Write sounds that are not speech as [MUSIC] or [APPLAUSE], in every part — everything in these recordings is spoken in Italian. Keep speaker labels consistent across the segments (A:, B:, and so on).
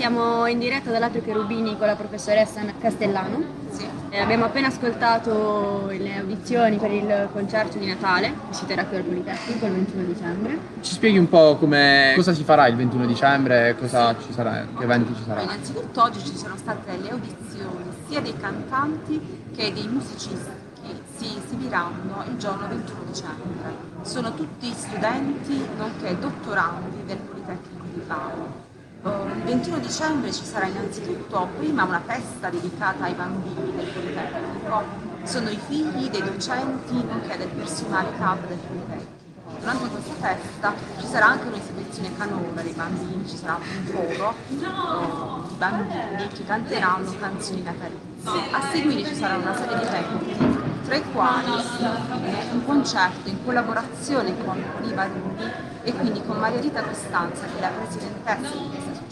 A: Siamo in diretta dall'Atrio Cherubini con la professoressa Anna Castellano. Eh, abbiamo appena ascoltato le audizioni per il concerto di Natale che si terrà qui al Politecnico il 21 dicembre.
B: Ci spieghi un po' come, cosa si farà il 21 dicembre, cosa ci sarà, che eventi ci
C: Beh,
B: sarà?
C: Innanzitutto oggi ci sono state le audizioni sia dei cantanti che dei musicisti che si esibiranno il giorno 21 dicembre. Sono tutti studenti nonché dottorandi del Politecnico di Bari. Eh, Il 21 dicembre ci sarà innanzitutto prima una festa dedicata ai bambini del Politecnico. Sono i figli dei docenti nonché del personale capo del Politecnico. Durante questa festa ci sarà anche un'esibizione canora dei bambini, ci sarà un coro eh, di bambini che canteranno canzoni natalizie. A seguire ci sarà una serie di tecniche, tra i quali eh, un concerto in collaborazione con Vivarundi e quindi con Maria Rita Costanza, che è la presidentessa di questa associazione.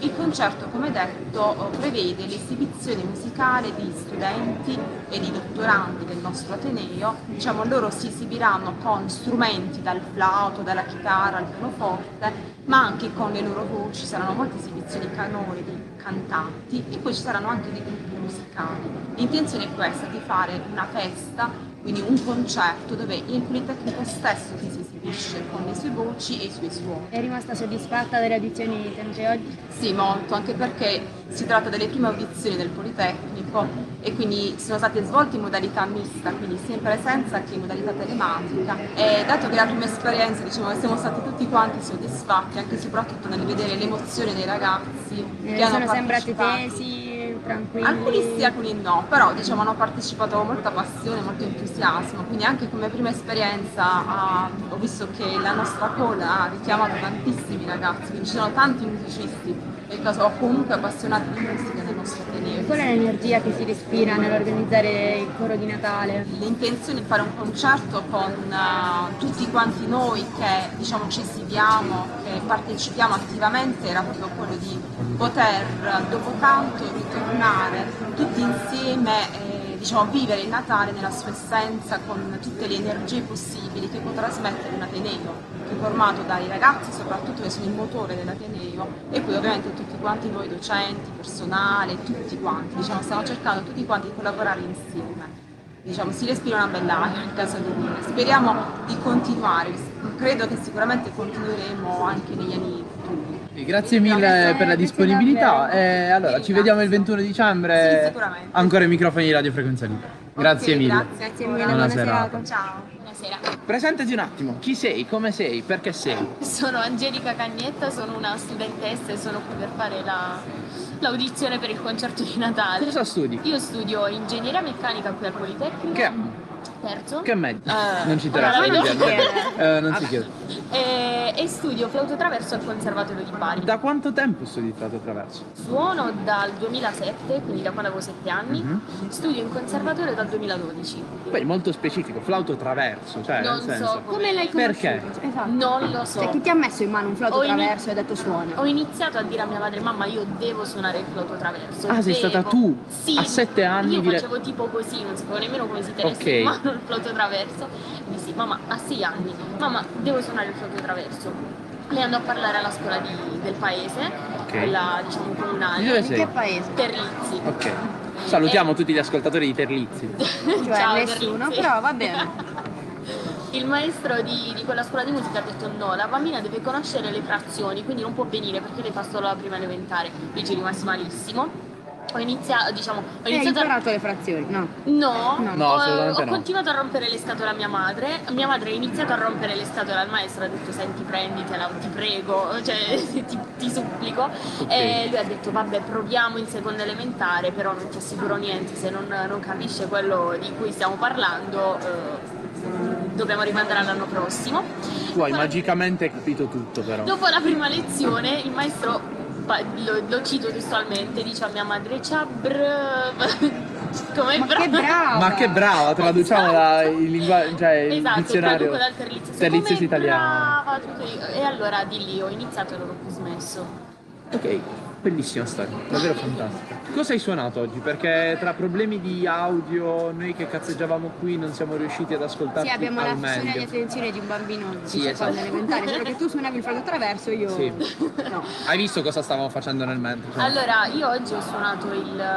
C: Il concerto, come detto, eh, prevede l'esibizione musicale di studenti e di dottorandi del nostro Ateneo. Diciamo, loro si esibiranno con strumenti dal flauto, dalla chitarra al pianoforte, ma anche con le loro voci. Ci saranno molte esibizioni canore di cantanti e poi ci saranno anche dei gruppi musicali. L'intenzione è questa, di fare una festa, quindi un concerto dove il Politecnico stesso si esibisce con le sue voci e i suoi suoni.
A: È rimasta soddisfatta delle audizioni tenute oggi?
C: Sì, molto, anche perché si tratta delle prime audizioni del Politecnico e quindi sono state svolte in modalità mista, quindi sia in presenza che in modalità telematica. E dato che è la prima esperienza, diciamo che siamo stati tutti quanti soddisfatti, anche e soprattutto nel vedere l'emozione dei ragazzi
A: Eh,
C: che hanno
A: sono sembrate
C: partecipato.
A: tesi, tranquilli?
C: Alcuni sì, alcuni no, però diciamo hanno partecipato con molta passione, molto entusiasmo, quindi anche come prima esperienza ah, ho visto che la nostra coda ha richiamato tantissimi ragazzi, quindi ci sono tanti musicisti nel caso o comunque appassionati di musica nel nostro
A: Qual
C: Ateneo.
A: è l'energia che si respira nell'organizzare il coro di Natale?
C: L'intenzione è fare un concerto con ah, tutti quanti noi che diciamo ci esibiamo, che partecipiamo attivamente, era proprio quello di poter eh, dopo tanto ritornare tutti insieme, eh, diciamo, vivere il Natale nella sua essenza con tutte le energie possibili che può trasmettere un Ateneo, che è formato dai ragazzi soprattutto che sono il motore dell'Ateneo e poi ovviamente tutti quanti noi docenti, personale, tutti quanti, diciamo, stiamo cercando tutti quanti di collaborare insieme. Diciamo, si respira una bella aria in casa di Luna. Speriamo di continuare, credo che sicuramente continueremo anche negli anni futuri.
B: E grazie mille per la
A: Grazie
B: disponibilità
A: davvero.
B: e allora ci
C: Grazie.
B: vediamo il 21
C: Sì,
B: dicembre
C: sicuramente.
B: ancora ai microfoni di Radio Frequenza Libera. Grazie
C: Ok,
B: mille.
A: Grazie mille,
B: Buona
A: buona,
B: serata.
A: serata.
C: Ciao. Buonasera.
B: Presentati un attimo, chi sei, come sei, perché sei?
D: Sono Angelica Cagnetta, sono una studentessa e sono qui per fare la- l'audizione per il concerto di Natale.
B: Cosa studi?
D: Io studio ingegneria meccanica qui al Politecnico.
B: Che,
D: Terzo.
B: che meglio?
D: Eh,
B: non ci
D: allora,
B: interessa.
D: non
B: non
D: si
B: chiede. Eh, non si chiede.
D: E, e studio flauto traverso al Conservatorio di Bari.
B: Da quanto tempo studi Teatro Attraverso?
D: Suono dal 2007, quindi da quando avevo 7 anni.
B: Mhm.
D: Studio in conservatorio dal 2012.
B: Poi molto specifico, flauto traverso, cioè
D: non
B: nel senso.
D: so come.
A: Come l'hai conosciuto?
B: Perché?
A: Esatto.
D: Non lo so.
A: Cioè, chi ti ha messo in mano un flauto
D: Ho ini-
A: traverso e ha detto suona?
D: Ho iniziato a dire a mia madre, mamma, io devo suonare il flauto traverso.
B: Ah, sei
D: devo."
B: stata tu?
D: Sì.
B: A sette anni
D: Io
B: dire-
D: facevo tipo così, non sapevo nemmeno come si tenesse in
B: Ok.
D: mano il flauto traverso. Mi sì, mamma, a sei anni, mamma, devo suonare il flauto traverso. Le andò a parlare alla scuola di- del paese,
B: Ok.
D: quella diciamo comunale.
B: Di dove
A: In
B: sei?
A: che paese?
D: Terlizzi.
B: Ok. Salutiamo tutti gli ascoltatori di Terlizzi.
D: [LAUGHS]
A: Cioè,
D: Ciao,
A: nessuno,
D: Terlizzi.
A: però va bene.
D: Il maestro di, di quella scuola di musica ha detto no, la bambina deve conoscere le frazioni, quindi non può venire perché le fa solo la prima elementare. Io ci rimasi malissimo. Ho iniziato, diciamo, ho
A: Hai
D: iniziato a...
A: imparato le frazioni, no?
D: No,
A: No.
B: No,
D: ho,
B: assolutamente
D: ho
B: no.
D: continuato a rompere le scatole a mia madre. Mia madre ha iniziato a rompere le scatole al maestro, ha detto senti prenditela, ti prego, [LAUGHS] cioè ti, ti supplico. E lui ha detto vabbè proviamo in seconda elementare, però non ti assicuro niente, se non, non capisce quello di cui stiamo parlando eh, dobbiamo rimandare all'anno prossimo.
B: Tu hai
D: Poi-
B: magicamente capito tutto però.
D: Dopo la prima lezione il maestro, pa- lo, lo cito testualmente, dice a mia madre ciao br... [LAUGHS] Come
A: Ma che brava!
B: Ma che brava, traduciamo la- il linguaggio, cioè il
D: esatto,
B: dizionario.
D: traduco dal terlizio.
B: Terlizio
D: Siccome
B: italiano.
D: brava, tutto lì. E allora di lì ho iniziato e non ho più smesso.
B: Ok, bellissima storia, davvero fantastica. Cosa hai suonato oggi? Perché tra problemi di audio, noi che cazzeggiavamo qui non siamo riusciti ad ascoltarti
A: Sì, abbiamo
B: al
A: la fusione di
B: meglio.
A: attenzione di un bambino di
B: Sì,
A: seconda
B: esatto.
A: elementare, solo che tu suonavi il flauto traverso e io
B: Sì.
A: no.
B: Hai visto cosa stavamo facendo nel mentre?
D: Allora, io oggi ho suonato il,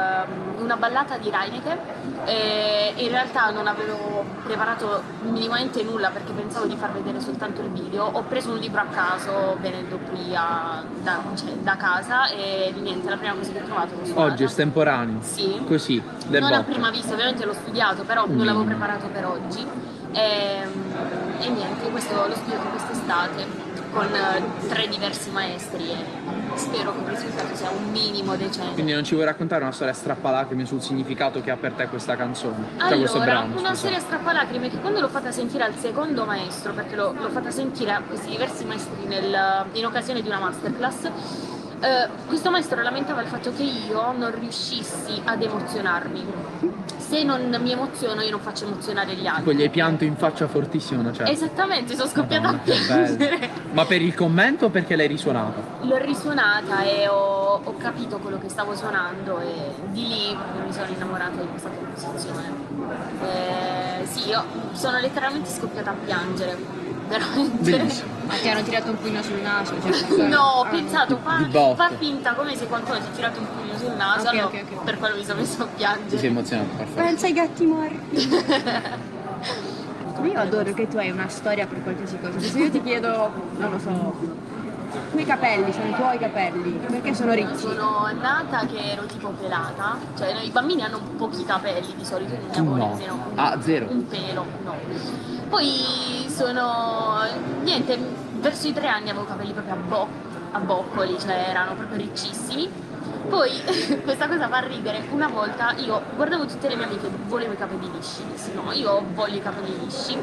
D: um, una ballata di Reineke e in realtà non avevo preparato minimamente nulla perché pensavo di far vedere soltanto il video. Ho preso un libro a caso venendo qui a- da, cioè, da casa e niente, la prima cosa che ho trovato l'ho suonata.
B: Oggi estemporaneo.
D: Sì.
B: Così, del
D: non a
B: botto.
D: prima vista, ovviamente l'ho studiato, però non l'avevo preparato per oggi. Ehm, E, niente, questo l'ho studiato quest'estate con eh, tre diversi maestri e spero che il risultato sia un minimo decente.
B: Quindi non ci vuoi raccontare una storia strappalacrime sul significato che ha per te questa canzone? Cioè questo
D: Allora,
B: brano.
D: una
B: scusa.
D: serie strappalacrime che quando l'ho fatta sentire al secondo maestro, perché l'ho, l'ho fatta sentire a questi diversi maestri nel- in occasione di una masterclass, eh, questo maestro lamentava il fatto che io non riuscissi ad emozionarmi. Se non mi emoziono io non faccio emozionare gli altri.
B: Tipo gli hai pianto in faccia fortissimo, no?
D: Esatto,
B: Cioè,
D: Esattamente, sono scoppiata
B: Madonna,
D: a
B: che bello.
D: piangere.
B: Ma per il commento o perché l'hai risuonato?
D: [LAUGHS] L'ho risuonata e ho, ho capito quello che stavo suonando e di lì mi sono innamorata di questa composizione. Eh, sì, io sono letteralmente scoppiata a piangere, veramente.
B: Bellissimo.
A: Ma ti hanno tirato un pugno sul naso?
B: [LAUGHS]
A: Cioè,
D: No, ho
A: ah,
D: pensato, fa,
B: Di botto.
D: fa finta come se qualcuno ti tirato un pugno sul naso,
A: Ok,
D: allora
A: ok, ok.
D: per quello mi sono messa a
B: Ti sei
D: piangere.
B: emozionato, perfetto.
A: Pensa ai gatti morti.
B: [LAUGHS]
A: Io adoro che tu hai una storia per qualsiasi cosa. Se io ti chiedo, non lo so, i tuoi capelli sono i tuoi capelli, perché sono ricci?
D: Sono nata che ero tipo pelata, cioè noi- i bambini hanno pochi capelli di solito, noi
B: Tu
D: abbiamo
B: no.
D: almeno un-
B: Ah, zero.
D: un pelo, no. Poi sono, niente, verso i tre anni avevo capelli proprio a, bo- a boccoli, cioè erano proprio riccissimi. Poi, [LAUGHS] questa cosa fa ridere, una volta io guardavo tutte le mie amiche, volevo i capelli lisci, dissi, no, io voglio i capelli lisci.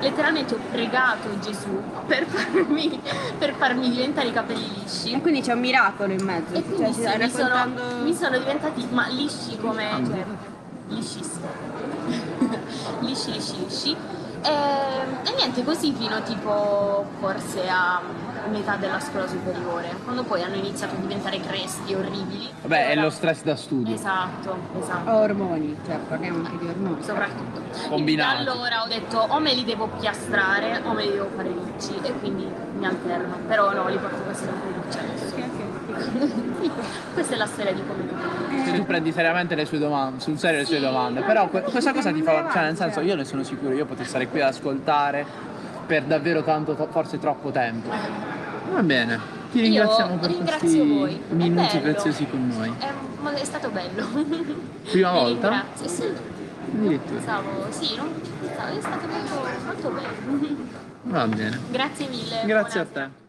D: Letteralmente ho pregato Gesù per farmi, [LAUGHS] per farmi diventare i capelli
A: E
D: lisci.
A: quindi c'è un miracolo in mezzo.
D: E quindi
A: Cioè, ci
D: sì,
A: stai
D: mi, sono,
A: raccontando...
D: mi sono diventati ma lisci come cioè, liscissimi. [LAUGHS] lisci, lisci, lisci. E, e niente, così fino tipo forse a metà della scuola superiore, quando poi hanno iniziato a diventare cresti orribili.
B: Vabbè, è
D: Allora-
B: lo stress da studio.
D: Esatto, esatto.
A: Ormoni, cioè parliamo anche di ormoni.
D: Soprattutto. Quindi da
B: Combinato.
D: allora ho detto o me li devo piastrare o me li devo fare ricci e quindi mi alterno. Però no, li porto quasi sempre ricci adesso. Questa è la storia di come
B: Se tu prendi seriamente le sue domande, sul serio le sue
D: Sì.
B: domande, però que- questa cosa ti fa, cioè nel
A: Avanti,
B: senso
A: eh.
B: io ne sono sicuro, io potrei stare qui ad ascoltare per davvero tanto, to- forse troppo tempo. Va bene, ti
D: Io
B: ringraziamo per
D: ringrazio
B: questi
D: voi, è
B: minuti
D: bello.
B: preziosi con noi.
D: è, ma è stato bello.
B: [LAUGHS] Prima volta?
D: Grazie, sì.
B: Addirittura.
D: Pensavo, sì, non- è stato bello, [LAUGHS] molto bello.
B: Va bene,
D: Grazie mille.
B: grazie a
D: buonasera.
B: te.